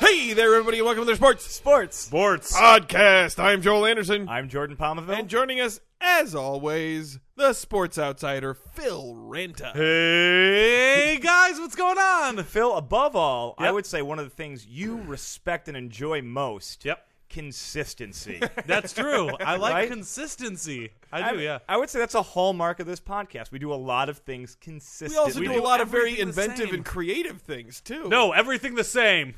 Hey there, everybody, and welcome to the Sports Sports Sports. Podcast. I'm Joel Anderson, I'm Jordan and Palmaville. joining us, as always, the sports outsider Phil Renta. Hey guys, what's going on? Phil, above all, I Yep. would say one of the things you respect and enjoy most. Yep. Consistency. That's true. I like Right? consistency. I, I would say that's a hallmark of this podcast. We do a lot of things We consistently. also do, a lot of very everything the inventive same. and creative things too. No, everything the same.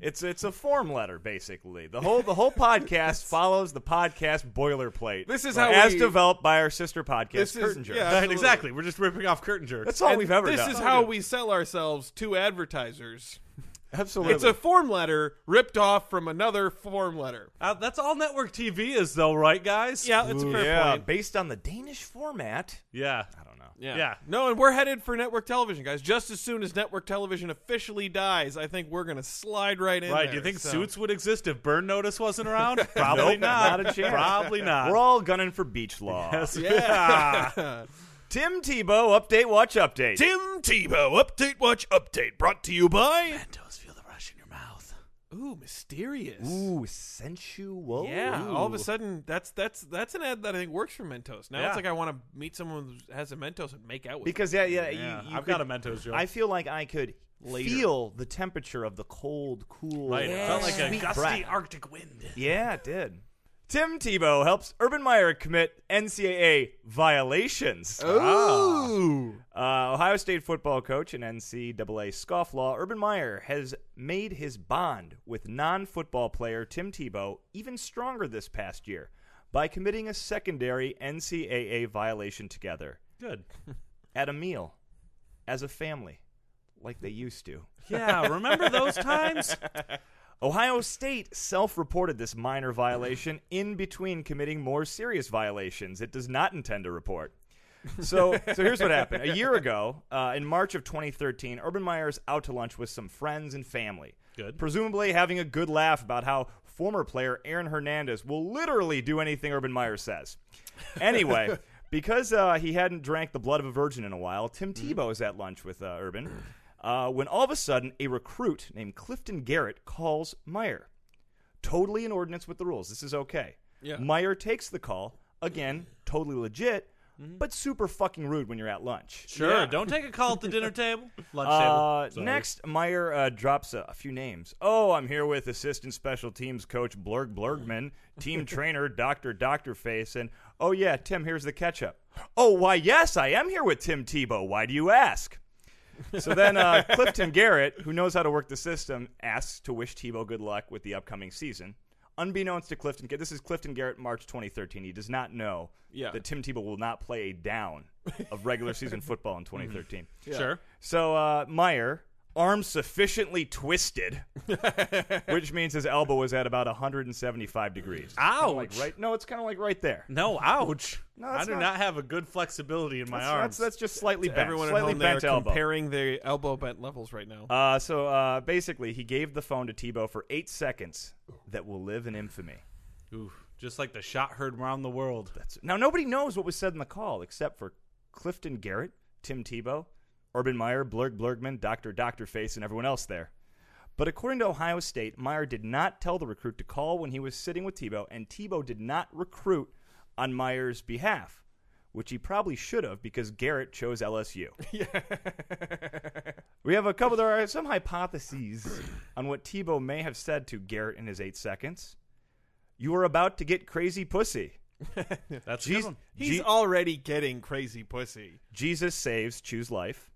It's it's a form letter basically. The whole the whole podcast follows the podcast boilerplate. This is how as we- developed by our sister podcast, This is- Curtain Jerk. yeah. Right, Absolutely. exactly. We're just ripping off curtain jerk. That's all And we've ever This done. is how we sell ourselves to advertisers. absolutely. It's a form letter ripped off from another form letter. Uh, that's all network TV is, though, right, guys? Yeah, it's a fair yeah, point. based on the Danish format. Yeah. I don't know. Yeah. Yeah. No, and we're headed for network television, guys. Just as soon as network television officially dies, I think we're going to slide right in. Right. there, Do you think so. Suits would exist if Burn Notice wasn't around? Probably Nope, not. Not a chance. Probably not. We're all gunning for beach law. Yeah. Tim Tebow update. Watch update. Tim Tebow Mm, update watch update brought to you by Toes feel the rush in your mouth. Ooh mysterious. Ooh, sensual. Yeah, Ooh. all of a sudden that's that's that's an ad that I think works for Mentos. Now Yeah. it's like I want to meet someone who has a Mentos and make out with. Because yeah, yeah, Yeah, you, you I've could- got a Mentos joke. I feel like I could Later. feel the temperature of the cold, cool. right. It felt like a sweet gusty breath. Arctic wind. Yeah, it did. Tim Tebow helps Urban Meyer commit NCAA violations. them. Ooh. Uh, Ohio State football coach and NCAA scofflaw Urban Meyer has made his bond with non football player Tim Tebow even stronger this past year by committing a secondary NCAA violation together Good. at a meal as a family, like they used to. Yeah. Remember those times? Ohio State self reported this minor violation in between committing more serious violations it does not intend to report. So, so here's what happened. A year ago, uh, in March of 2013, Urban Meyer's out to lunch with some friends and family. Good. Presumably having a good laugh about how former player Aaron Hernandez will literally do anything Urban Meyer says. Anyway, because uh, he hadn't drank the blood of a virgin in a while, Tim Tebow is at lunch with uh, Urban uh, when all of a sudden a recruit named Clifton Garrett calls Meyer. Totally in ordinance with the rules. This is okay. Yeah. Meyer takes the call. Again, totally legit, but super fucking rude when you're at lunch. Sure. Yeah. Don't take a call at the dinner table. Lunch Uh, table. Sorry. next, Meyer uh, drops a, a few names. Oh, I'm here with assistant special teams coach Blurg Blurgman, team trainer Doctor Doctor Face, and oh yeah, Tim. Here's the ketchup. Oh, why yes, I am here with Tim Tebow. Why do you ask? So then uh, Clifton Garrett, who knows how to work the system, asks to wish Tebow good luck with the upcoming season. Unbeknownst to Clifton, this is Clifton Garrett, March 2013. He does not know Yeah. that Tim Tebow will not play a down of regular season football in 2013. Mm-hmm. Sure. So uh, Meyer, arm sufficiently twisted, which means his elbow was at about 175 degrees. Ouch. Like right? No, it's kind of like right there. No. Ouch. No, I that's do not- not, have a good flexibility in my That's, arms. that's, that's just slightly bent. Everyone at slightly home they bent are elbow. comparing their elbow bent levels right now. uh, so uh, basically, he gave the phone to Tebow for eight seconds that will live in infamy. Ooh, just like the shot heard around the world. That's now nobody knows what was said in the call except for Clifton Garrett, Tim Tebow, Urban Meyer, Blurg Blurgman, Doctor Doctor Face, and everyone else there. But according to Ohio State, Meyer did not tell the recruit to call when he was sitting with Tebow, and Tebow did not recruit on Meyer's behalf, which he probably should have because Garrett chose LSU. we have a couple. There are some hypotheses on what Tebow may have said to Garrett in his eight seconds. You are about to get crazy pussy. That's a Jeez. good one. He's G- already getting crazy pussy. Jesus saves, choose life.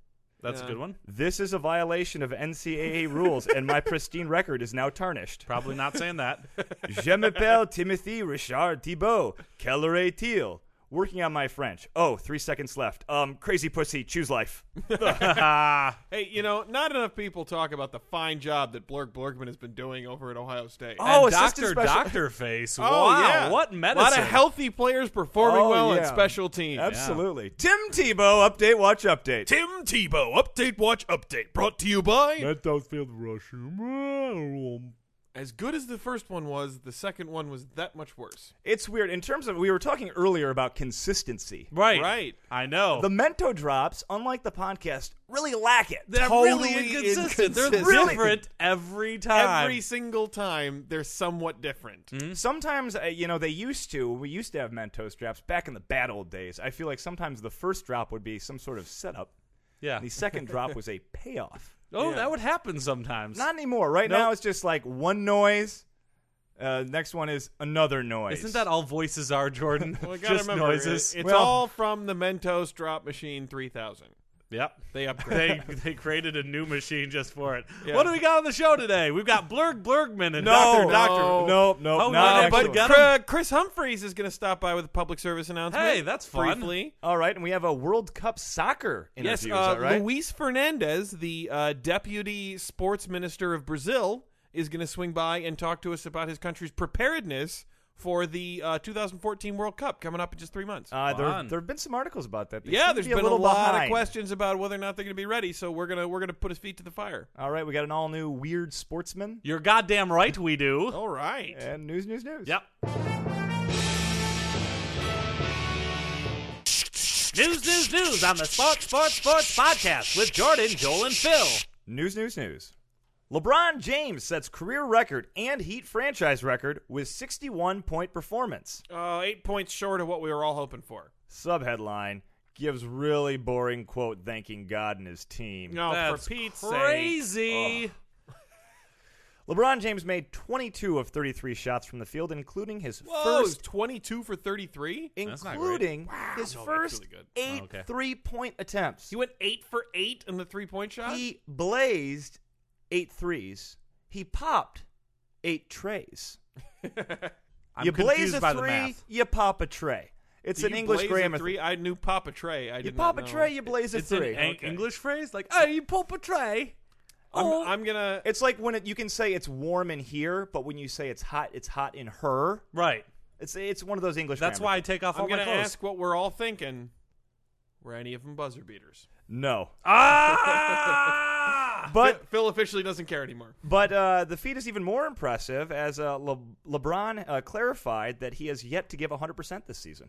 That's a Yeah. good one. This is a violation of NCAA rules, and my pristine record is now tarnished. Probably not saying that. Je m'appelle Timothy Richard Thibault, Keller A. Thiel. Working on my French. Oh, three seconds left. Um, crazy pussy, choose life. Hey, you know, not enough people talk about the fine job that Blurg Blurgman has been doing over at Ohio State. Oh, and assistant Doctor special- Doctor Face. Oh, wow, yeah. what medicine? A lot of healthy players performing Oh, well yeah. at special teams. Absolutely. Tim Tebow, update, watch, update. Tim Tebow, Update Watch Update, brought to you by. Battlefield Russian. as good as the first one was, the second one was that much worse. It's weird. In terms of, we were talking earlier about consistency. Right, Right. I know. The Mento drops, unlike the podcast, really lack it. They're totally really inconsistent. They're inconsistent. Really. different every time. Mm-hmm. Every single time, they're somewhat different. Sometimes, uh, you know, they used to. We used to have Mentos drops back in the bad old days. I feel like sometimes the first drop would be some sort of setup, yeah. and the second drop was a payoff. Oh, Yeah. that would happen sometimes. Not anymore. Right Nope. now, it's just like one noise. Uh, next one is another noise. Isn't that all voices are, Jordan? Well, I gotta Just remember, noises. it- it's Well- all from the Mentos Drop Machine 3000. yep. They upgraded. they they created a new machine just for it. Yeah. What do we got on the show today? We've got Blurg Blurgman and No, Doctor Doctor. No. Nope, nope. Oh, not no, actually. but but got 'em. Cr- Chris Humphreys is going to stop by with a public service announcement. Hey, that's fun. Briefly. all right, and we have a World Cup soccer interview. Yes, is uh, that right? Luis Fernandez, the uh, deputy sports minister of Brazil, is going to swing by and talk to us about his country's preparedness for the uh, 2014 World Cup coming up in just three months. Ah, uh, there, Fun. there have been some articles about that. They seem yeah, to there's be a been a, little lot behind. of questions about whether or not they're going to be ready, so we're gonna we're gonna put his feet to the fire. All right, we got an all new weird sportsman You're goddamn right we do. All right. and news, news, news. Yep. News, news, news on the Sports, Sports, Sports podcast with Jordan, Joel, and Phil. News, news, news. LeBron James sets career record and Heat franchise record with 61 point performance. Uh, eight points short of what we were all hoping for. Subheadline gives really boring quote thanking God and his team. No, That's for Pete's sake. crazy. LeBron James made 22 of 33 shots from the field, including his Whoa, first, 22 for 33. That's not great. including his No, that's first really good. eight Oh, okay. three point attempts. He went eight for eight in the three point shot. He blazed eight threes. He popped eight trays. I'm you blaze confused a by the three, math. you pop a tray. It's Do an you English blaze a grammar. Three? I knew Papa Trey. I You did not pop a know. tray, you blaze a It's an three. en- okay. English phrase like, "Hey, you pull a tray." I'm, Oh. I'm gonna. It's like when it, you can say it's warm in here, but when you say it's hot, it's hot in her. Right. It's it's one of those English. That's grammar why I take off I'm all my gonna clothes. ask what we're all thinking. Were any of them buzzer beaters? things. no. ah! But Phil- Phil officially doesn't care anymore. but uh, the feat is even more impressive as uh, Le- LeBron uh, clarified that he has yet to give 100 percent this season.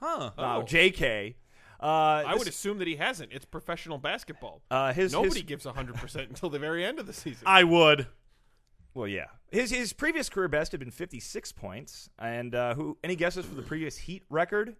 huh. Wow, J.K. Uh, Oh. I would Oh, this- assume that he hasn't. It's professional basketball. uh, his Nobody his- gives 100 percent until the very end of the season. I would. Well, yeah. His his previous career best had been 56 points, and uh, who any guesses for the previous Heat record?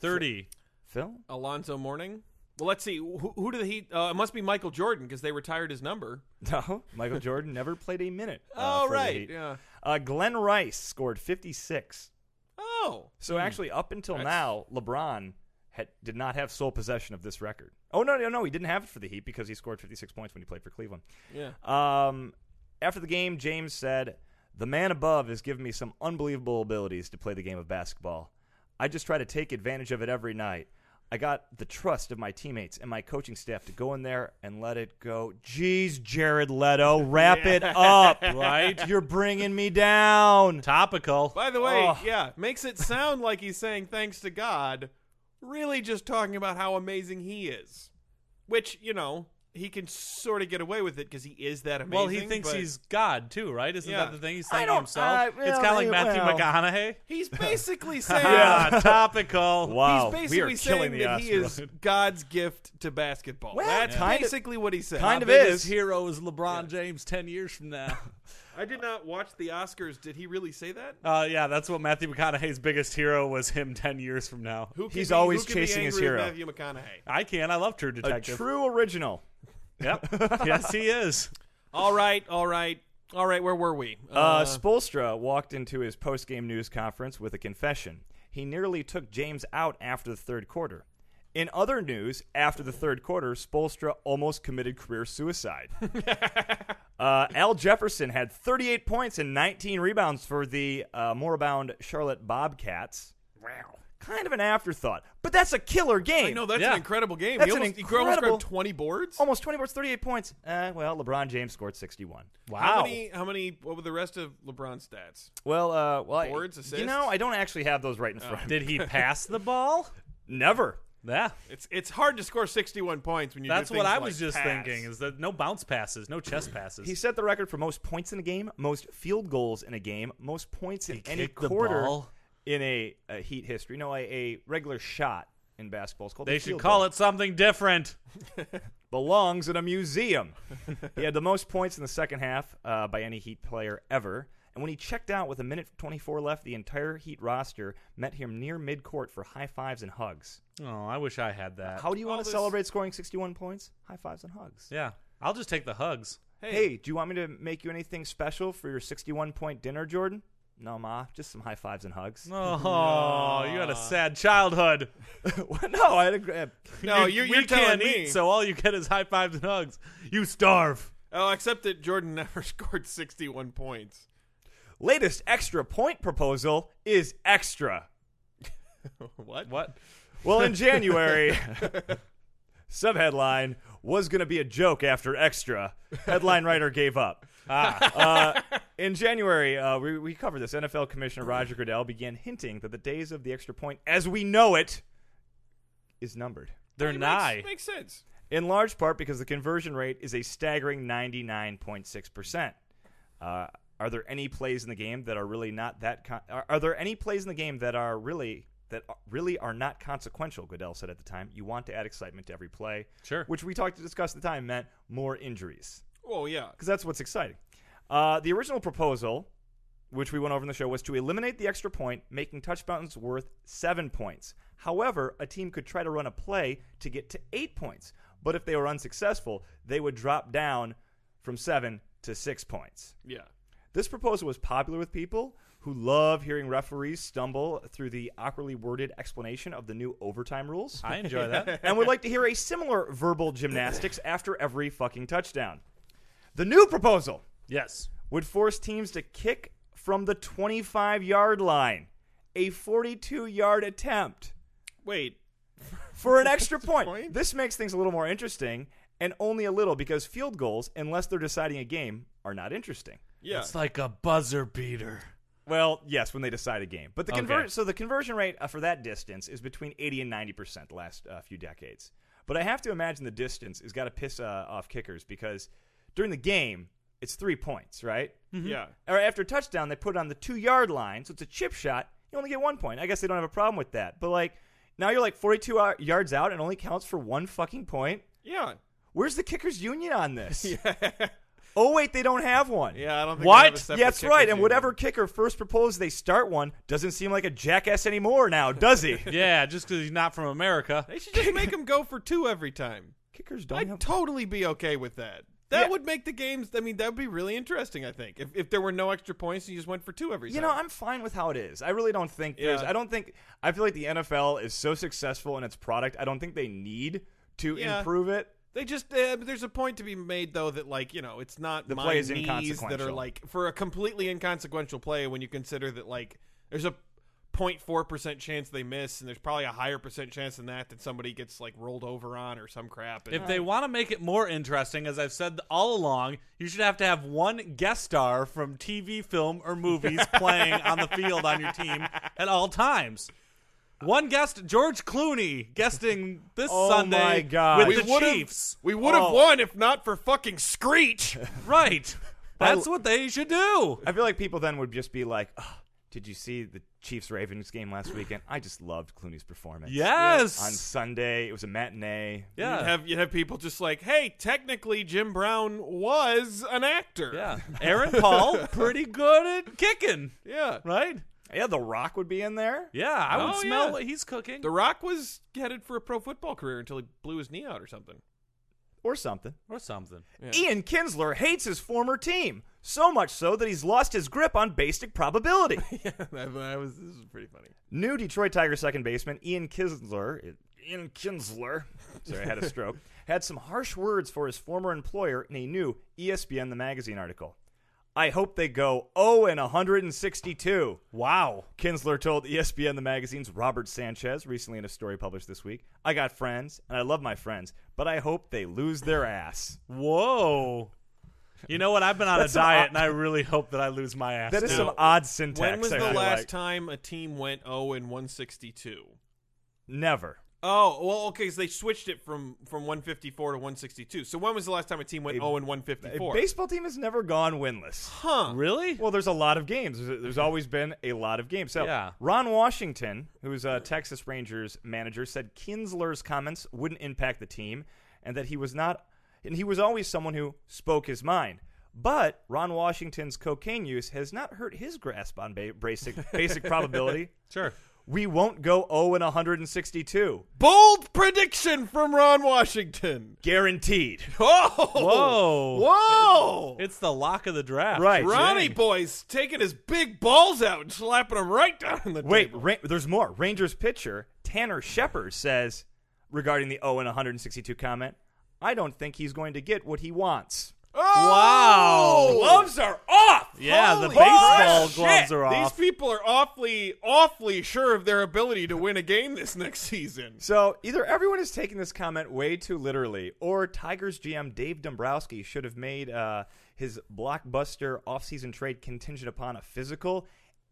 30. Phil. Alonzo Mourning. Well, let's see. Who, who do the Heat? Uh, it must be Michael Jordan because they retired his number. No, Michael Jordan never played a minute. uh, oh for the right, Heat. yeah. Uh, Glenn Rice scored 56. Oh, So actually, up until That's- now, LeBron had, did not have sole possession of this record. Oh no, no, no, he didn't have it for the Heat because he scored 56 points when he played for Cleveland. yeah. Um, after the game, James said, "The man above has given me some unbelievable abilities to play the game of basketball. I just try to take advantage of it every night." I got the trust of my teammates and my coaching staff to go in there and let it go. Jeez, Jared Leto, wrap it up. Right. You're bringing me down. Topical. By the way, Oh. yeah, makes it sound like he's saying thanks to God, really just talking about how amazing he is. Which, you know, he can sort of get away with it because he is that amazing. Well, he thinks but he's God too, right? Isn't Yeah. that the thing he's I saying don't- himself? I- it's kind well, of like Matthew well. McConaughey. He's basically saying. Ah, topical. Wow, He's basically Oh, we are killing saying the that he is asteroid. God's gift to basketball. Well, That's yeah. kind of- basically what he said. kind of Biggest is. hero is LeBron James ten years from now. I did not watch the Oscars. Did he really say that? uh, yeah, that's what Matthew McConaughey's biggest hero was him ten years from now. Who can He's be- always who can be chasing his angry with hero. Matthew McConaughey. I can. I love True A Detective. true original. yep. yes, he is. All right, all right, all right. Where were we? Uh, Spolstra walked into his post-game news conference with a confession. He nearly took James out after the third quarter. In other news, after the third quarter, Spolstra almost committed career suicide. uh, Al Jefferson had 38 points and 19 rebounds for the uh, moribund Charlotte Bobcats. Wow. kind of an afterthought. But that's a killer game. I know that's Yeah. an incredible game. That's he an almost, he almost incredible- grabbed twenty boards. Oh, Almost 20 boards, 38 points. Uh, well, LeBron James scored 61. Wow. How many? How many? What were the rest of LeBron's stats? Well, uh, well, I- Boards, You assists? know, I don't actually have those right in front. of me. Did he pass the ball? Never. Yeah. It's it's hard to score sixty-one points when you. That's do what things I like was just pass. thinking is that no bounce passes, no chest passes. He set the record for most points in a game, most field goals in a game, most points in He any kicked the quarter ball. in a, a Heat history. No, a, a regular shot in basketball is called. they should call it something different. belongs in a museum. he had the most points in the second half uh, by any Heat player ever. And when he checked out with a minute 24 left, the entire Heat roster met him near midcourt for high fives and hugs. Oh, I wish I had that. How do you all want to this- celebrate scoring 61 points? High fives and hugs. yeah. I'll just take the hugs. Hey, do you want me to make you anything special for your 61 point dinner, Jordan? No, Ma, just some high fives and hugs. Oh, you had a sad childhood. What? no, I had a uh, grab. No, you, you're, we you're can't telling me. eat, so all you get is high fives and hugs. You starve. oh, except that Jordan never scored 61 points. Latest extra point proposal is extra. what? What? Well, in January, subheadline was going to be a joke after extra. Headline writer gave up. Ah. Uh, in January, uh, we, we covered this. NFL Commissioner Roger Goodell began hinting that the days of the extra point, as we know it, is numbered. They're It nigh. Makes, makes sense. in large part because the conversion rate is a staggering 99.6%. Uh, are there any plays in the game that are really not that con- are, are there any plays in the game that are really that are- really are not consequential goodell said at the time you want to add excitement to every play Sure. which we talked to discuss at the time meant more injuries Well, yeah. because that's what's exciting uh, the original proposal which we went over in the show was to eliminate the extra point making touchdowns worth seven points however a team could try to run a play to get to eight points but if they were unsuccessful they would drop down from seven to six points Yeah. this proposal was popular with people who love hearing referees stumble through the awkwardly worded explanation of the new overtime rules I enjoy that. and would like to hear a similar verbal gymnastics after every fucking touchdown the new proposal yes. would force teams to kick from the 25 yard line, a 42 yard attempt Wait. for an extra point. point? This makes things a little more interesting, and only a little because field goals, unless they're deciding a game, are not interesting. Yeah. It's like a buzzer beater. Well, yes, when they decide a game, but the conver- Okay. so the conversion rate uh, for that distance is between 80 and 90 percent the last uh, few decades. But I have to imagine the distance has got to piss uh, off kickers because during the game it's three points, right? Yeah. or after a touchdown, they put it on the two yard line, so it's a chip shot. You only get one point. I guess they don't have a problem with that. But like now, you're like 42 ar- yards out and only counts for one fucking point. Yeah. Where's the kickers union on this? Oh wait, they don't have one. Yeah. I don't think. What? they have a separate Yeah, that's right. kickers And union. whatever kicker first proposed they start one doesn't seem like a jackass anymore now, does he? Yeah, just because he's not from America. They should just make them go for two every time. Kickers don't I'd have. totally be okay with that. That Yeah. would make the games. I mean, that would be really interesting. I think if, if there were no extra points, and you just went for two every you time. know, I'm fine with how it is. I really don't think there's. Yeah. I don't think. I feel like the NFL is so successful in its product. I don't think they need to Yeah. improve it. They just uh, there's a point to be made though that like you know it's not The my play is knees that are inconsequential. like for a completely inconsequential play when you consider that like there's a 04 percent chance they miss and there's probably a higher percent chance than that that somebody gets like rolled over on or some crap. And, If they want to make it more interesting, as I've said all along, you should have to have one guest star from TV, film, or movies playing on the field on your team at all times. One guest, George Clooney, guesting this Oh Sunday my God. with we the would've- Chiefs. we would have Oh. won if not for fucking Screech. Right. That's I- what they should do. I feel like people then would just be like, "Ugh, "Did you see the Chiefs Ravens game last weekend? I just loved Clooney's performance. on Yes. Sunday it was a matinee. Yeah. You'd have you have people just like, hey, technically Jim Brown was an actor. Yeah. Aaron Paul, pretty good at kicking, yeah. right? yeah, The Rock would be in there. Yeah, I would Oh, smell yeah. what he's cooking. The Rock was headed for a pro football career until he blew his knee out or something. or something." or something. Ian Kinsler hates his former team so much so that he's lost his grip on basic probability. yeah, that, that was this is pretty funny. New Detroit Tigers second baseman Ian Kinsler, Ian Kinsler, sorry, I had a stroke, E had some harsh words for his former employer in a new ESPN the magazine article. I hope they go 0 and 162. Wow. Kinsler told E ESPN the magazine's Robert Sanchez recently in a story published this week. I got friends, and I love my friends, but I hope they lose their ass. Whoa. You know what? I've been on a That's some diet, odd- and I really hope that I lose my ass. That is too. some odd syntax. When was I the feel last like. time a team went 0 and 162? Never. Oh, well, okay, so they switched it from from 154 to 162. So when was the last time a team went A- 0 and A 154? baseball team has never gone winless. huh. really. Well, there's a lot of games. There's, there's always been a lot of games. So, Yeah. Ron Washington, who's a Texas Rangers manager, said Kinsler's comments wouldn't impact the team, and that he was not, and he was always someone who spoke his mind. But Ron Washington's cocaine use has not hurt his grasp on ba- basic basic probability. Sure. We won't go 0 and 162, Bold prediction from Ron Washington. guaranteed. Oh. Whoa. Whoa. It's the lock of the draft. Right. Ronnie Jay. boy's taking his big balls out and slapping them right down in the Wait, table. Ra- there's more. Rangers pitcher Tanner Shepard says regarding the 0 and 162 comment, I don't think he's going to get what he wants. Wow. Oh! Gloves are off. Yeah, the Holy baseball shit. gloves are These off. people are awfully, awfully sure of their ability to win a game this next season. So either everyone is taking this comment way too literally, or Tigers GM Dave Dombrowski should have made uh, his blockbuster offseason trade contingent upon a physical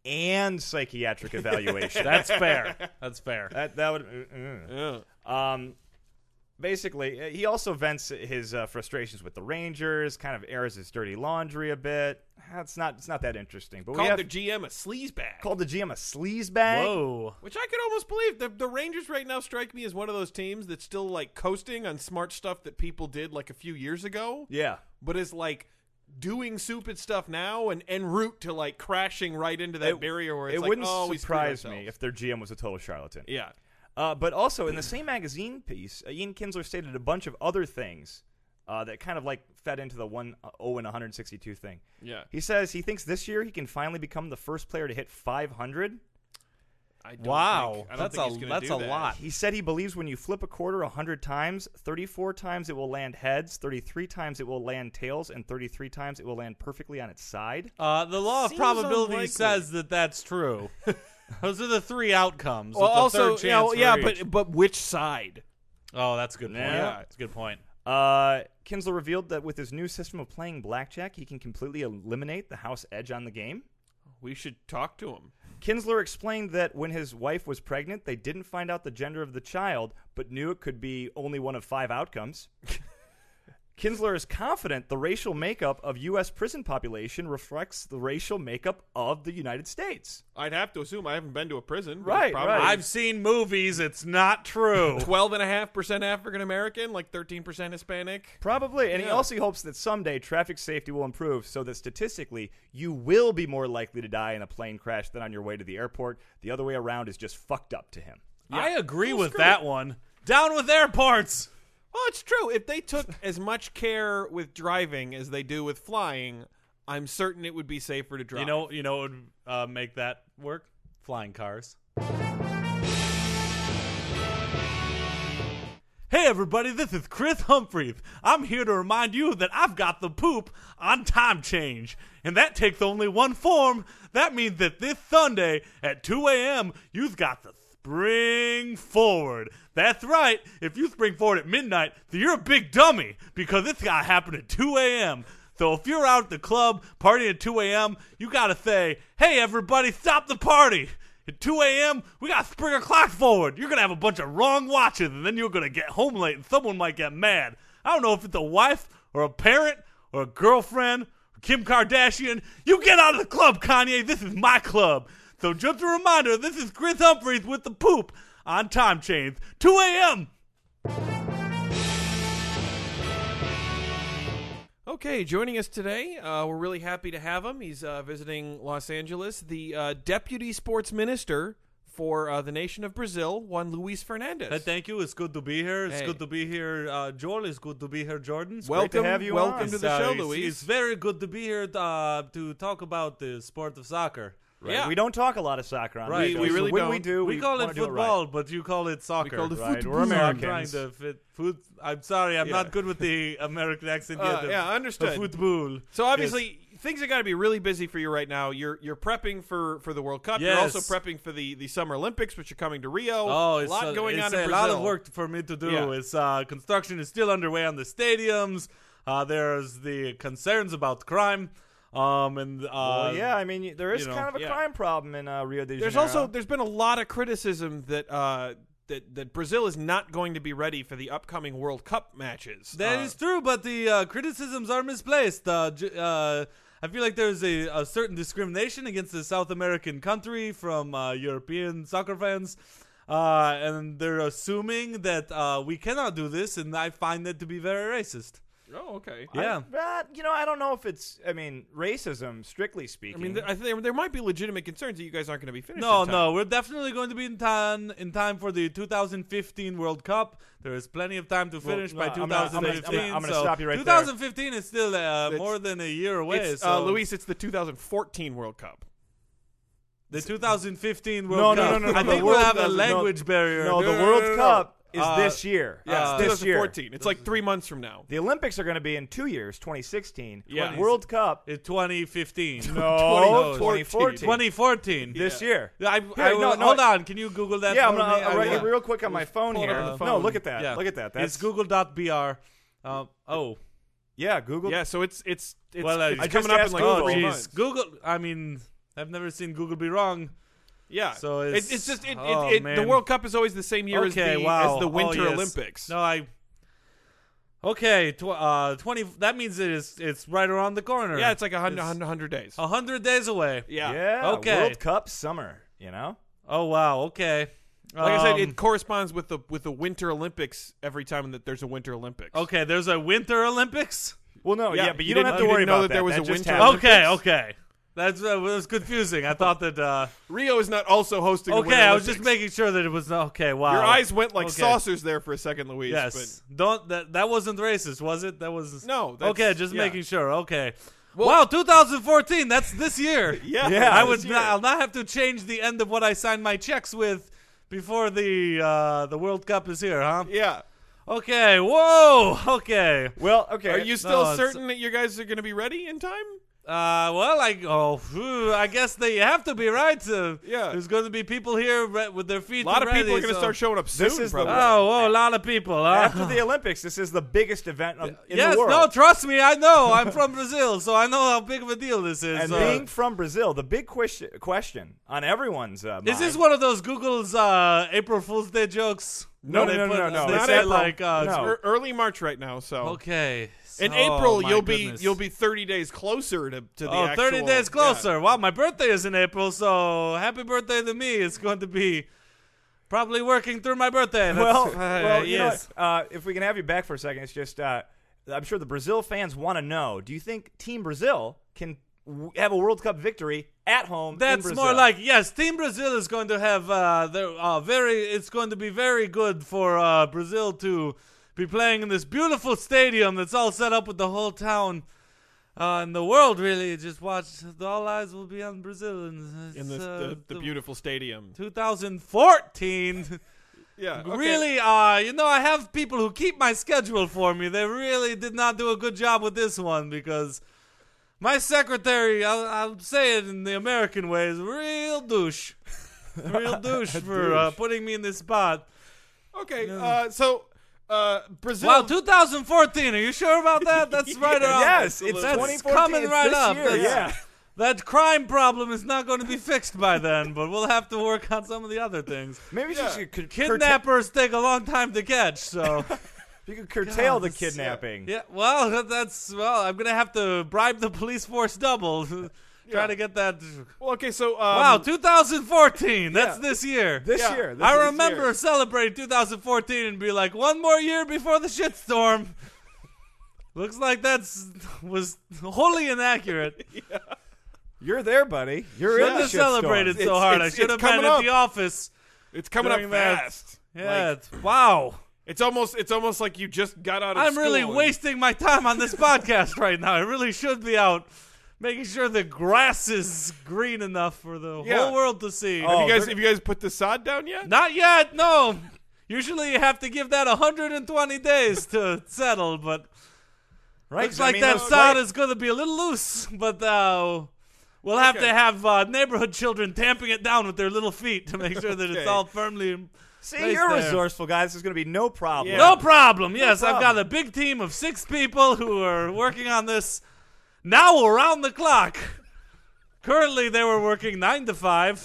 and psychiatric evaluation. That's fair. That's fair. that that would. mm, mm. Um, basically, uh, he also vents his uh, frustrations with the Rangers, kind of airs his dirty laundry a bit. Ah, It's not it's not that interesting, but we Called have the GM a sleazebag. called the GM a sleazebag. Whoa. which I could almost believe. The, the Rangers right now strike me as one of those teams that's still like coasting on smart stuff that people did like a few years ago, Yeah. but is like doing stupid stuff now and en route to like crashing right into that It- barrier where it's It like, wouldn't oh, we screwed surprise me ourselves. if their GM was a total charlatan. yeah. Uh, but also in the same magazine piece, uh, Ian Kinsler stated a bunch of other things uh, that kind of like fed into the one uh, 0 and 162 thing. Yeah. He says he thinks this year he can finally become the first player to hit 500. I don't Wow. think- I don't That's think a he's gonna that's do a that. lot. He said he believes when you flip a quarter 100 times, 34 times it will land heads, 33 times it will land tails, and 33 times it will land perfectly on its side. Uh, the law of Seems probability unlikely. says that that's true. Those are the three outcomes. Well, with the also, third you know, chance for yeah, each. but but which side? oh, that's a good point. Yeah. That's a good point. Uh, Kinsler revealed that with his new system of playing blackjack, he can completely eliminate the house edge on the game. We should talk to him. Kinsler explained that when his wife was pregnant, they didn't find out the gender of the child, but knew it could be only one of five outcomes. Kinsler is confident the racial makeup of U.S. prison population reflects the racial makeup of the United States. I'd have to assume I haven't been to a prison. but Right, it's probably right. I've seen movies. It's not true. 12.5% African American, like 13% Hispanic. Probably, and he Yeah. also hopes that someday traffic safety will improve so that statistically you will be more likely to die in a plane crash than on your way to the airport. The other way around is just fucked up to him. I agree Well, with screw that it. one. Down with airports. Well, it's true. If they took as much care with driving as they do with flying, I'm certain it would be safer to drive. You know, you know, what would uh, make that work. Flying cars. Hey everybody, this is Chris Humphreys. I'm here to remind you that I've got the poop on time change. And that takes only one form. That means that this Sunday at 2 a.m., you've got to spring forward. That's right, if you spring forward at midnight, then you're a big dummy because it's got to happen at 2 a.m. So if you're out at the club partying at 2 a.m., you got to say, hey everybody, stop the party. At 2 a.m., we got to spring our clock forward. You're going to have a bunch of wrong watches, and then you're going to get home late, and someone might get mad. I don't know if it's a wife or a parent or a girlfriend or Kim Kardashian. You get out of the club, Kanye. This is my club. So just a reminder, this is Chris Humphries with the poop on time chains. 2 a.m. Okay, joining us today, uh, we're really happy to have him. He's uh, visiting Los Angeles. The uh, deputy sports minister for uh, the nation of Brazil, Juan Luis Fernandez. thank you. It's good to be here. It's Hey. good to be here, uh, Joel. It's good to be here, Jordan. great to welcome, have you welcome on. to the Uh, show, it's, Luis. It's very good to be here uh, to talk about the sport of soccer. Right. Yeah. We don't talk a lot of soccer on Right. this show, We- we so really when we don't. do, We, we, call wanna it do right. football, but you call it soccer. call it Right, football. we're So I'm Americans. trying to fit food. I'm sorry, I'm Yeah. not good with the American accent Uh, yet. yeah, understood. Football. So obviously, things have got to be really busy for you right now. You're you're prepping for for the World Cup. You're Yes. also prepping for the the Summer Olympics, which are coming to Rio. Oh, it's a lot going it's on. in a lot of Brazil. work for me to do. Yeah. It's uh, construction is still underway on the stadiums. Uh, there's the concerns about crime, um, and uh, well, yeah, I mean, y- there is you know, kind of a yeah. crime problem in uh, Rio de Janeiro. There's also there's been a lot of criticism that uh, that that Brazil is not going to be ready for the upcoming World Cup matches. That is Uh, true, but the uh, criticisms are misplaced. Uh, j- uh, I feel like there's a, a certain discrimination against the South American country from uh, European soccer fans. Uh, and they're assuming that uh, we cannot do this, and I find that to be very racist. oh okay. I- Yeah. but, you know, I don't know if it's. I mean, racism, strictly I speaking. mean, there, I think there might be legitimate concerns that you guys aren't going to be finished. No, in time. no, we're definitely going to be in time in time for the 2015 World Cup. There is plenty of time to finish no, by I'm gonna- I'm gonna- I'm gonna- 2015. I'm gonna so stop you right there. 2015 is still uh, more than a year away. It's, so uh, Luis, it's the 2014 World Cup. the 2015 World No, no, Cup. no, no, no, I the think World we'll have a Cup- no, language barrier. no, the No, no, World no, no, no. Cup is Uh, this year. yeah, It's Uh, it's this year. 2014. It's like three months from now. The Olympics are going to be in two years, 2016. Yeah. World Cup. It's 2015. No, 2014. 2014. This year. I, Here, I no, will- no, hold on. Can you Google that? Yeah, for I'm gonna, me? I I'll write will. it real quick on my phone pull it up here. on the No, phone. look at that. Yeah. Look at that. That's It's Google.br. Uh, oh, Yeah, Google. Yeah, so it's it's it's, Well, uh, it's I just coming up in asked like Google. oh, three jeez. months. Google. I mean, I've never seen Google be wrong. Yeah, So It- it's- it's just it, it, oh, it, the man. World Cup is always the same year okay, as the wow. as the Oh, Winter yes. Olympics. No, I. Okay, tw- uh, twenty. That means it is. It's right around the corner. Yeah, it's like a hundred It's a hundred days. a hundred days away. yeah. Yeah. Okay. World Cup summer. You know. Oh wow. Okay. Like I said, Um, it corresponds with the with the Winter Olympics every time that there's a Winter Olympics. okay. There's a Winter Olympics. Well, no, Yeah, yeah, but you you don't didn't- have to you worry didn't know about that there was a just winter- happened. Okay. Okay. That's uh, was confusing. I thought that. Uh, Rio is not also hosting. the okay, Winter I was Olympics. just making sure that it was okay. Wow. Your eyes went like Okay. saucers there for a second, Luis. Yes. Don't that that wasn't racist, was it? That was No, that's- okay, just yeah. making sure. Okay. Well- wow, 2014. That's this year. Yeah, Yeah, I this would. year. Not, I'll not have to change the end of what I sign my checks with before the uh, the World Cup is here, huh? But, yeah. Okay. Whoa. Okay. Well, okay. Are you still it's- certain that you guys are going to be ready in time? Uh, well, I oh, phew, I guess they have to be right. To, Yeah. There's going to be people here re- with their feet. A lot of ready, people are going to so- start showing up soon. is the- probably. Oh, whoa, a lot of people. Huh? Ah. after the Olympics, this is the biggest event of, in yes, the world. no, trust me, I know. I'm from Brazil, so I know how big of a deal this is. and Uh, being from Brazil, the big question, question on everyone's uh, mind. is this one of those Google's uh, April Fool's Day jokes? Where No, no, they no, put- no, no. They Not say April. like, uh, No. Ear- early March right now. So okay. in so- April, my you'll goodness. be you'll be 30 days closer to, to the Oh, actual, 30 days yeah. closer. Wow, my birthday is in April, so happy birthday to me. It's going to be probably working through my birthday. That's- Well, uh, well, you know yes. what, uh, if we can have you back for a second, it's just uh, I'm sure the Brazil fans want to know: Do you think Team Brazil can w- have a World Cup victory at home? in That's Brazil? more like yes. Team Brazil is going to have uh, their, uh, very. It's going to be very good for uh, Brazil to be playing in this beautiful stadium that's all set up with the whole town. Uh, and the world really just watch. All eyes will be on Brazil and uh, in the, the, the beautiful stadium. 2014. Yeah, okay. Really, uh, you know, I have people who keep my schedule for me. They really did not do a good job with this one because my secretary, I'll, I'll say it in the American way, is a real douche. Real douche for Uh, putting me in this spot. Okay, uh, so uh, Brazil. Wow, 2014. Are you sure about that? That's right around. yes, it's that's 2014. coming It's right this up. year, That's- yeah. That crime problem is not going to be fixed by then, but we'll have to work on some of the other things. Maybe you Yeah. should cur- curta- Kidnappers take a long time to catch, so. you could curtail God, the this- yeah. kidnapping. Yeah, well, that- that's well. I'm gonna have to bribe the police force double, try Yeah. to get that. Well, okay, so um, Wow, 2014. That's yeah. this year. This Yeah. year, this I is- remember year. celebrating 2014 and be like, one more year before the shitstorm. Looks like that's was wholly inaccurate. You're there, buddy. You're Shouldn't in the have celebrated It's- so hard. it's- I should it's have been coming at up. the office. it's coming up Doing that. fast. Yeah, Like, it's- wow. it's almost it's almost like you just got out of. I'm really school and- wasting my time on this podcast right now. I really should be out making sure the grass is green enoff for the Yeah. whole world to see. Have Oh, you guys they're- have you guys put the sod down yet? Not yet, no. Usually you have to give that 120 days to settle, but Right? Looks I like mean, that those- sound right. is going to be a little loose, but uh, we'll have to have uh, neighborhood children tamping it down with their little feet to make sure that Okay. it's all firmly. See, placed you're a there. resourceful, guy. This is going to be no problem. Yeah. No problem. Yes, I've got a problem. big team of six people who are working on this now around the clock. Currently, they were working nine to five.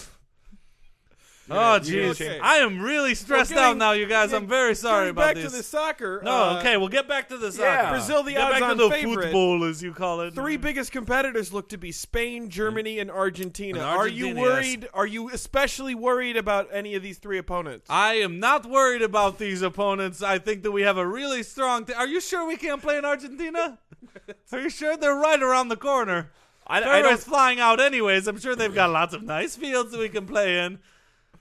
oh, you're gonna jeez. change. I am really stressed getting- out now, you guys. I'm very sorry Going about back this. to the soccer. no, uh, okay, we'll get back to the soccer. yeah. Brazil, the get back odds-on to the favorite. football, as you call it. Three biggest competitors look to be Spain, Germany, and Argentina. Mm. And Are you Argentina, yes. worried? Are you especially worried about any of these three opponents? I am not worried about these opponents. I think that we have a really strong. T- Are you sure we can't play in Argentina? Are you sure they're right around the corner? I, I Fairway's don't. flying out anyways. I'm sure they've got lots of nice fields that we can play in.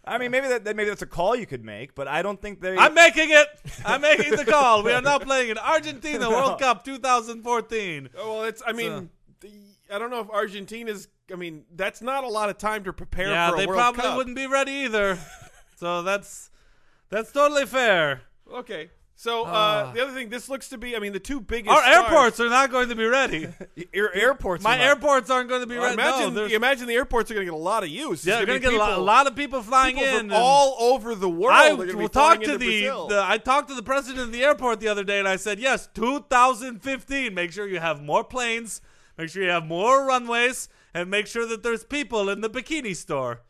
I mean, maybe that, that maybe that's a call you could make, but I don't think they. I'm making it. I'm making the call. We are now playing in Argentina World Cup 2014. Oh, well, it's. I uh, mean, the- I don't know if Argentina's. I mean, that's not a lot of time to prepare Yeah, for a they World probably Cup. wouldn't be ready either. So that's that's totally fair. Okay. So uh, the other thing, this looks to be. I mean, the two biggest. Ah. Our stars- airports are not going to be ready. your airports. My are not- airports aren't going to be I ready. imagine, no, you imagine the airports are going to get a lot of use. Yeah, you're There's gonna gonna get be a lot, a people- lot of people flying people in. from and all over the world. I are gonna be will flying talk to into the, Brazil. the. I talked to the president of the airport the other day, and I said, "Yes, 2015. Make sure you have more planes. Make sure you have more runways, and make sure that there's people in the bikini store.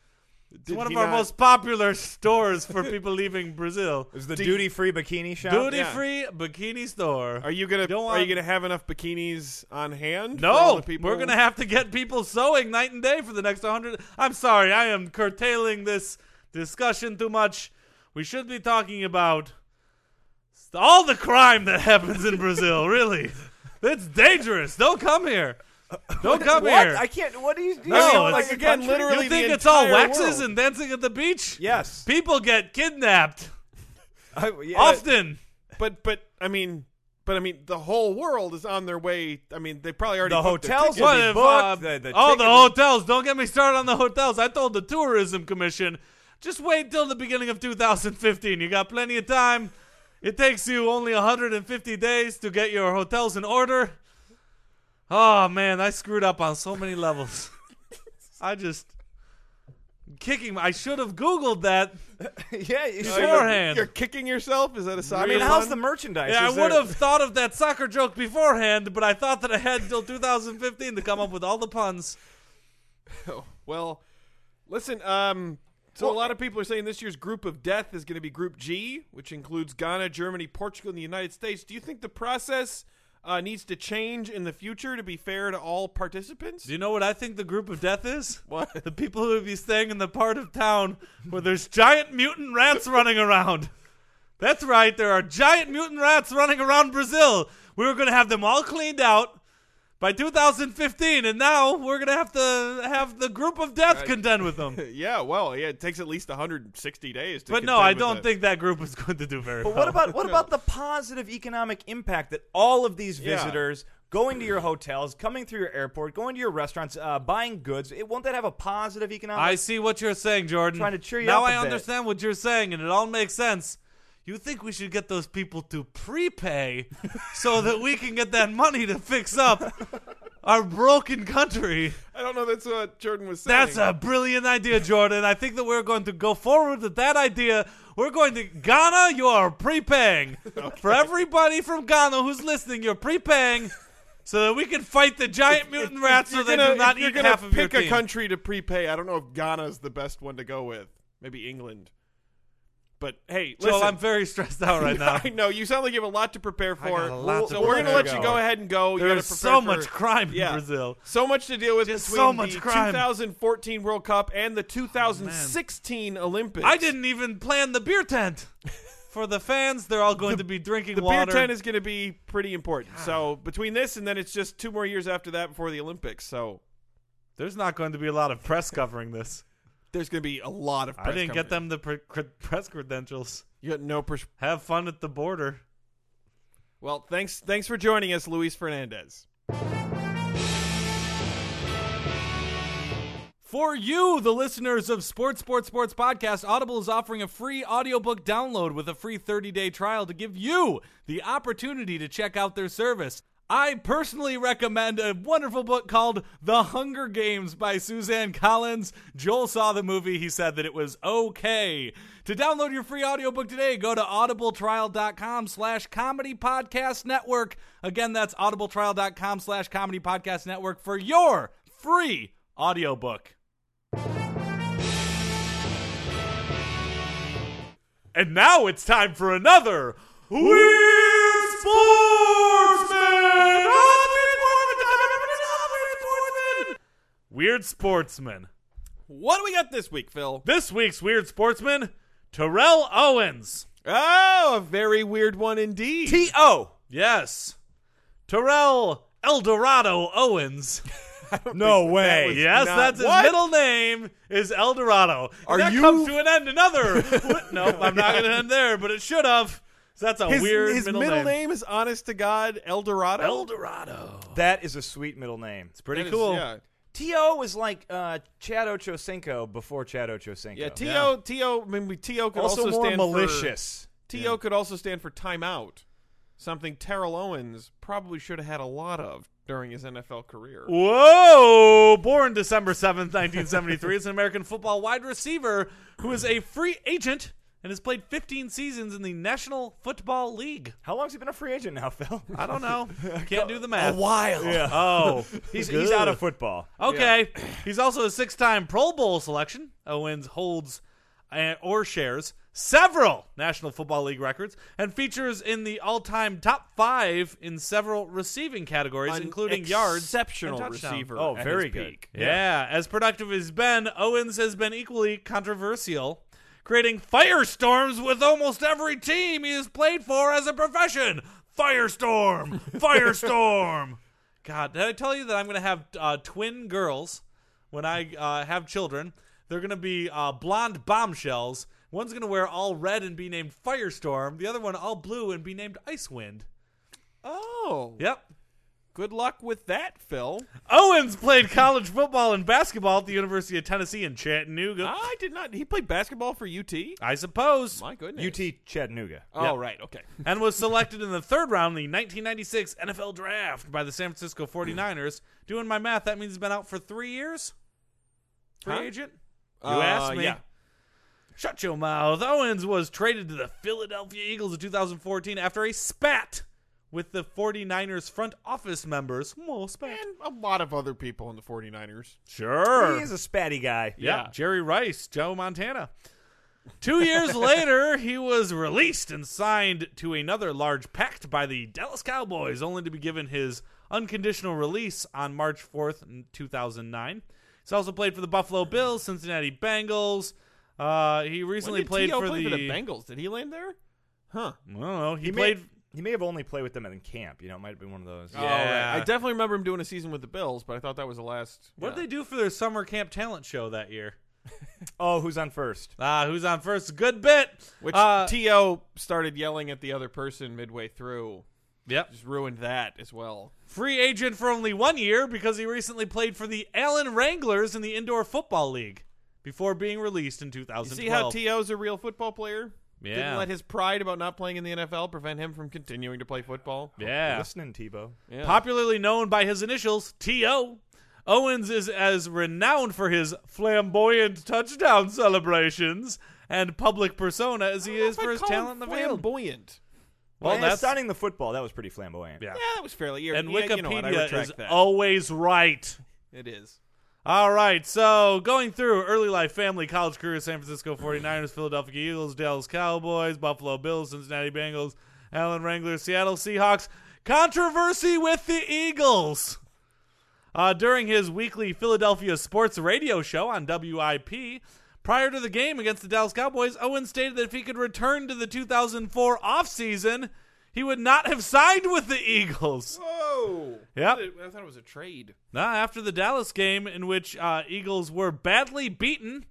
It's one of he our not- most popular stores for people leaving Brazil. Is the duty free bikini shop? Duty free bikini store. Are you gonna Don't are you want- gonna have enough bikinis on hand? for all No, the people? we're gonna have to get people sewing night and day for the next 100. I'm sorry, I am curtailing this discussion too much. We should be talking about st- all the crime that happens in Brazil. Really, it's dangerous. Don't come here. Don't come What? here. I can't. What do you do? No, you it's- like a again, country? literally- you the think it's all entire waxes world. and dancing at the beach? Yes. People get kidnapped I- yeah, often. But but I mean, but I mean, the whole world is on their way. I mean, they probably already The Oh, booked their hotels tickets. will be if, booked, uh, the- the oh, the tickets- hotels. Don't get me started on the hotels. I told the tourism commission, just wait till the beginning of 2015. You got plenty of time. It takes you only 150 days to get your hotels in order. Oh man, I screwed up on so many levels. I just kicking. my- I should have googled that. yeah. you Oh, should- you're- beforehand. You're kicking yourself. Is that a I soccer? mean, how's the pun? merchandise? Yeah, I Is there- would have thought of that soccer joke beforehand, but I thought that I had till 2015 to come up with all the puns. well? Listen, um. So Well, a lot of people are saying this year's group of death is going to be Group G, which includes Ghana, Germany, Portugal, and the United States. Do you think the process uh, needs to change in the future to be fair to all participants? Do you know what I think the group of death is? What? The people who would be staying in the part of town where there's giant mutant rats running around. That's right, there are giant mutant rats running around Brazil. We were going to have them all cleaned out by 2015, and now we're going to have to have the group of death contend with them. Yeah, well, yeah, it takes at least 160 days. to But no, contend I with don't that. think that group is going to do very But well. what about what about the positive economic impact that all of these Yeah. visitors going to your hotels, coming through your airport, going to your restaurants, uh, buying goods? It, won't that have a positive economic? I see what you're saying, Jordan. Trying to cheer you now up a I bit. understand what you're saying, and it all makes sense. You think we should get those people to prepay so that we can get that money to fix up our broken country? I don't know. That's what Jordan was saying. That's a brilliant idea, Jordan. I think that we're going to go forward with that idea. We're going to Ghana. You are prepaying for everybody from Ghana who's listening. You're prepaying so that we can fight the giant mutant rats so You're they gonna- do not if you're eat gonna half of your pick team. a country to prepay. I don't know if Ghana's the best one to go with. Maybe England. But hey, Joel, listen. I'm very stressed out right now. I know you sound like you have a lot to prepare for. got a lot to so we're gonna prepare let for. you go ahead and go. You There gotta is prepare so for- much crime in Yeah. Brazil. So much to deal with Just between so much the crime. Oh, 2014 World Cup and the 2016 Olympics. I didn't even plan the beer tent. For the fans, they're all going to be drinking The water. beer tent is going to be pretty important. So between this and then it's just two more years after that before the Olympics. So There's not going to be a lot of press covering this. there's going to be a lot of. I didn't get them the pre- cre- press credentials. You got no. Pers- Have fun at the border. well, thanks. Thanks for joining us, Luis Fernandez. For you, the listeners of Sports Sports Sports Podcast, Audible is offering a free audiobook download with a free 30-day trial to give you the opportunity to check out their service. I personally recommend a wonderful book called The Hunger Games by Suzanne Collins. Joel saw the movie. He said that it was okay. To download your free audiobook today, go to audibletrial.com slash comedy podcast network. Again, that's audibletrial.com slash comedy podcast network for your free audiobook. And now it's time for another Weird Sportsman! Weird Sportsman. What do we got this week, Phil? This week's Weird Sportsman, Terrell Owens. Oh, a very weird one indeed. T O. Yes. Terrell Eldorado Owens. No way. was- Yes, Not- that's his What? middle name is Eldorado. And Are that you- comes to an end another. no, I'm not going to end there, but it should have. So that's a His, weird his middle, name. is honest to God Eldorado. Eldorado. That is a sweet middle name. It's pretty cool. Yeah, T O is like uh, Chad Ochocinco before Chad Ochocinco. yeah. To to maybe to could also, also, more stand malicious. For, to could also stand for timeout. Something Terrell Owens probably should have had a lot of during his NFL career. Whoa! Born December 7th, 1973, is an American football wide receiver who is a free agent and has played 15 seasons in the National Football League. How long's he been a free agent now, Phil? I don't know. Can't do the math. while. Oh, He's, he's out of football. Okay. He's also a six time Pro Bowl selection. Owens holds uh, or shares several National Football League records and features in the all time top five in several receiving categories, An including yards. exceptional and touchdown. receiver. Oh, at very his good. peak. Yeah. As productive as Ben, Owens has been equally controversial. Creating firestorms with almost every team he has played for as a profession. Firestorm! Firestorm! God, did I tell you that I'm going to have uh, twin girls when I uh, have children? They're going to be uh, blonde bombshells. One's going to wear all red and be named Firestorm. The other one all blue and be named Icewind. Oh, Yep. Good luck with that, Phil. Owens played college football and basketball at the University of Tennessee in Chattanooga. I did not. He played basketball for UT. I suppose. My goodness. UT Chattanooga. Oh, Yeah. right. Okay. and was selected in the third round of the 1996 NFL Draft by the San Francisco 49ers. Doing my math, that means he's been out for three years? Free Huh? agent? You Uh, asked me. yeah. Shut your mouth. Owens was traded to the Philadelphia Eagles in 2014 after a spat with the 49ers front office members. Whoa, spat. And a lot of other people in the 49ers. Sure. He is a spatty guy. Yeah. Yeah. Jerry Rice, Joe Montana. Two years later, he was released and signed to another large pact by the Dallas Cowboys, only to be given his unconditional release on March 4th, 2009. He's also played for the Buffalo Bills, Cincinnati Bengals. Uh, he recently When did played T.O. for, play the, Bengals. Did he land there? Huh. I don't know. He, He, played. May, he may have only played with them in camp. You know, it might have been one of those. Yeah. I definitely remember him doing a season with the Bills, but I thought that was the last. What did they do for their summer camp talent show that year? Oh, who's on first? Ah, who's on first? Good bit. Which Uh, T.O. started yelling at the other person midway through. yep. Just ruined that as well. Free agent for only one year because he recently played for the Allen Wranglers in the Indoor Football League before being released in You 2012. see how T.O.'s a real football player? Yeah. Didn't let his pride about not playing in the NFL prevent him from continuing to play football. yeah. Listening, Tebow. Yeah. Popularly known by his initials, T.O. Owens is as renowned for his flamboyant touchdown celebrations and public persona as he is for his talent in the field. flamboyant. Well, Yeah, that's signing the football. That was pretty flamboyant. yeah. Yeah, that was fairly. you And yeah, Wikipedia you know what, I retract is that. always right. it is. All right, so going through early life, family, college career, San Francisco 49ers, Philadelphia Eagles, Dallas Cowboys, Buffalo Bills, Cincinnati Bengals, Allen Wranglers, Seattle Seahawks. Controversy with the Eagles. Uh, during his weekly Philadelphia sports radio show on WIP, prior to the game against the Dallas Cowboys, Owen stated that if he could return to the 2004 offseason, he would not have signed with the Eagles. Whoa! Yep. I thought it was a trade. Now, after the Dallas game, in which uh, Eagles were badly beaten,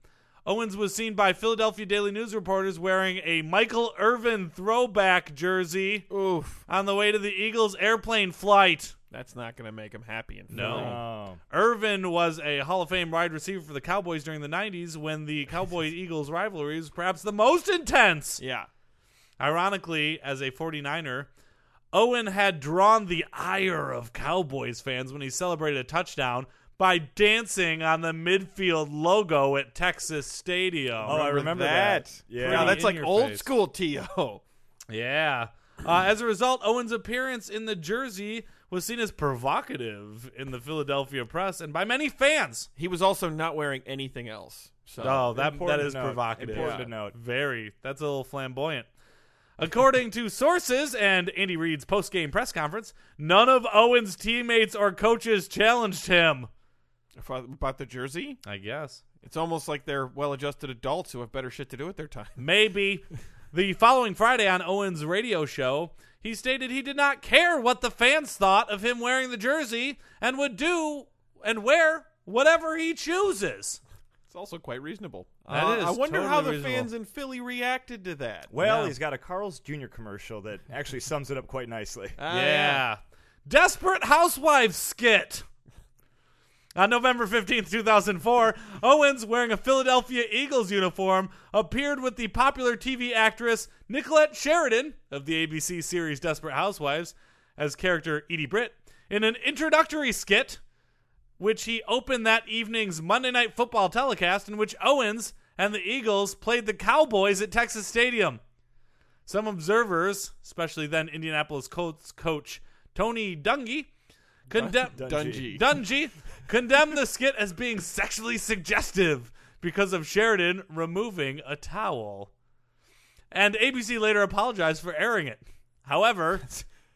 Owens was seen by Philadelphia Daily News reporters wearing a Michael Irvin throwback jersey Oof, on the way to the Eagles' airplane flight. that's not going to make him happy. And No. Oh. Irvin was a Hall of Fame wide receiver for the Cowboys during the 90s when the Cowboy Eagles rivalry was perhaps the most intense. yeah, Ironically, as a 49er, Owen had drawn the ire of Cowboys fans when he celebrated a touchdown by dancing on the midfield logo at Texas Stadium. Oh, I remember that. that. Yeah. Now, Pretty that's in like your old face. school T.O. Yeah. Uh, as a result, Owen's appearance in the jersey was seen as provocative in the Philadelphia press and by many fans. He was also not wearing anything else. So Oh, that, that important is to note. provocative. Important to note. Very. That's a little flamboyant. According to sources and Andy Reid's post-game press conference, none of Owen's teammates or coaches challenged him. If I- about the jersey, I guess. it's almost like they're well-adjusted adults who have better shit to do with their time. Maybe. the following Friday on Owen's radio show, he stated he did not care what the fans thought of him wearing the jersey and would do and wear whatever he chooses. It's also quite reasonable. That Uh, is I wonder totally how the reasonable. fans in Philly reacted to that. Well, Yeah. he's got a Carl's Jr. commercial that actually sums it up quite nicely. Ah, Oh, yeah. Desperate Housewives skit. On November 15th, 2004, Owens, wearing a Philadelphia Eagles uniform, appeared with the popular TV actress Nicolette Sheridan of the ABC series Desperate Housewives as character Edie Britt in an introductory skit, which he opened that evening's Monday Night Football telecast, in which Owens and the Eagles played the Cowboys at Texas Stadium. Some observers, especially then Indianapolis Colts coach Tony Dungy, condemn Dungy. Dungy condemned the skit as being sexually suggestive because of Sheridan removing a towel. And ABC later apologized for airing it. However,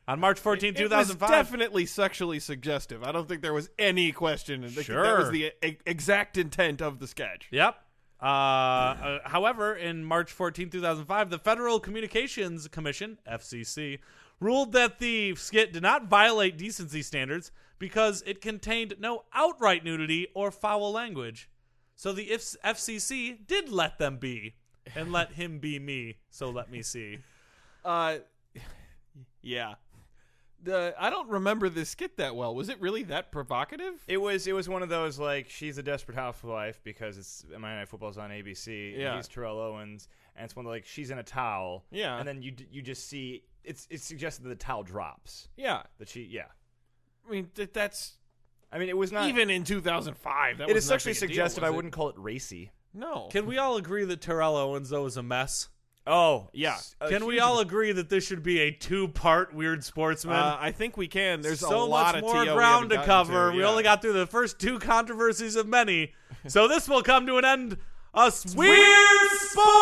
on March 14, It was 2005, definitely sexually suggestive. I don't think there was any question. That, that Sure. was the e- exact intent of the sketch. Yep. Uh, uh, however, in March 14, 2005, the Federal Communications Commission, FCC, ruled that the skit did not violate decency standards because it contained no outright nudity or foul language. So the if- FCC did let them be and let him be me. So let me see. Uh, yeah. The I don't remember this skit that well. Was it really that provocative? It was it was one of those like she's a desperate housewife because it's Monday Night Football's on ABC. Yeah. and he's Terrell Owens, and it's one of like she's in a towel. Yeah. and then you d- you just see it's it's suggested that the towel drops Yeah. that she yeah. I mean, th- that's I mean it was Uh, not even in 2005. That It was is not sexually big a deal, suggestive. was I it? wouldn't call it racy. No. Can we all agree that Terrell Owens, though, is a mess? Uh, Oh yeah. Can we all agree that this should be a two part Weird Sportsman? Uh, I think we can. There's so a much lot of more TO we ground to haven't gotten cover. We yeah. only got through the first two controversies of many, so this will come to an end. Us weird, sportsmen.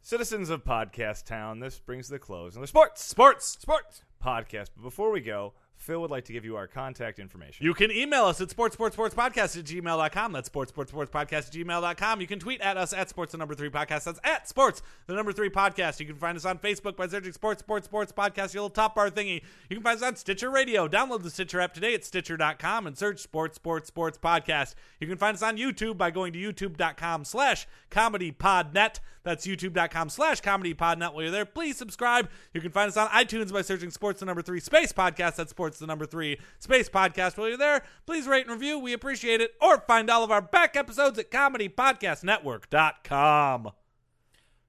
citizens of Podcast Town? This brings to the close another sports Sports. sports. podcast. But before we go, Phil would like to give you our contact information. You can email us at sportsportsportspodcast at gmail.com. That's sportsportsportspodcast at gmail.com. You can tweet at us at sports the number three podcast. That's at sports the number three podcast. You can find us on Facebook by searching sports sports sports podcast, your little top bar thingy. You can find us on Stitcher Radio. Download the Stitcher app today at stitcher.com and search sports sports sports podcast. You can find us on YouTube by going to youtube.com slash comedy podnet. That's youtube.com slash comedy podnet. While you're there, please subscribe. You can find us on iTunes by searching sports the number three space podcast. That's sports the number three space podcast. While you're there, please rate and review. We appreciate it. Or find all of our back episodes at comedypodcastnetwork.com.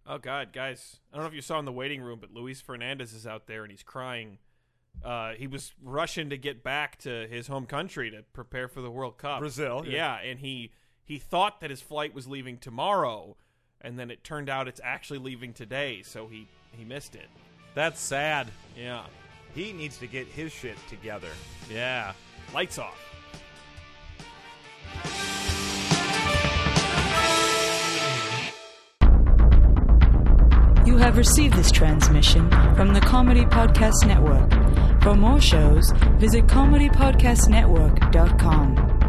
Oh God, guys! I don't know if you saw in the waiting room, but Luis Fernandez is out there and he's crying. Uh, he was rushing to get back to his home country to prepare for the World Cup, Brazil, Yeah, yeah. and he he thought that his flight was leaving tomorrow, and then it turned out it's actually leaving today, so he he missed it. That's sad. Yeah, He needs to get his shit together. Yeah. lights off. You have received this transmission from the Comedy Podcast Network. For more shows, visit comedypodcastnetwork.com.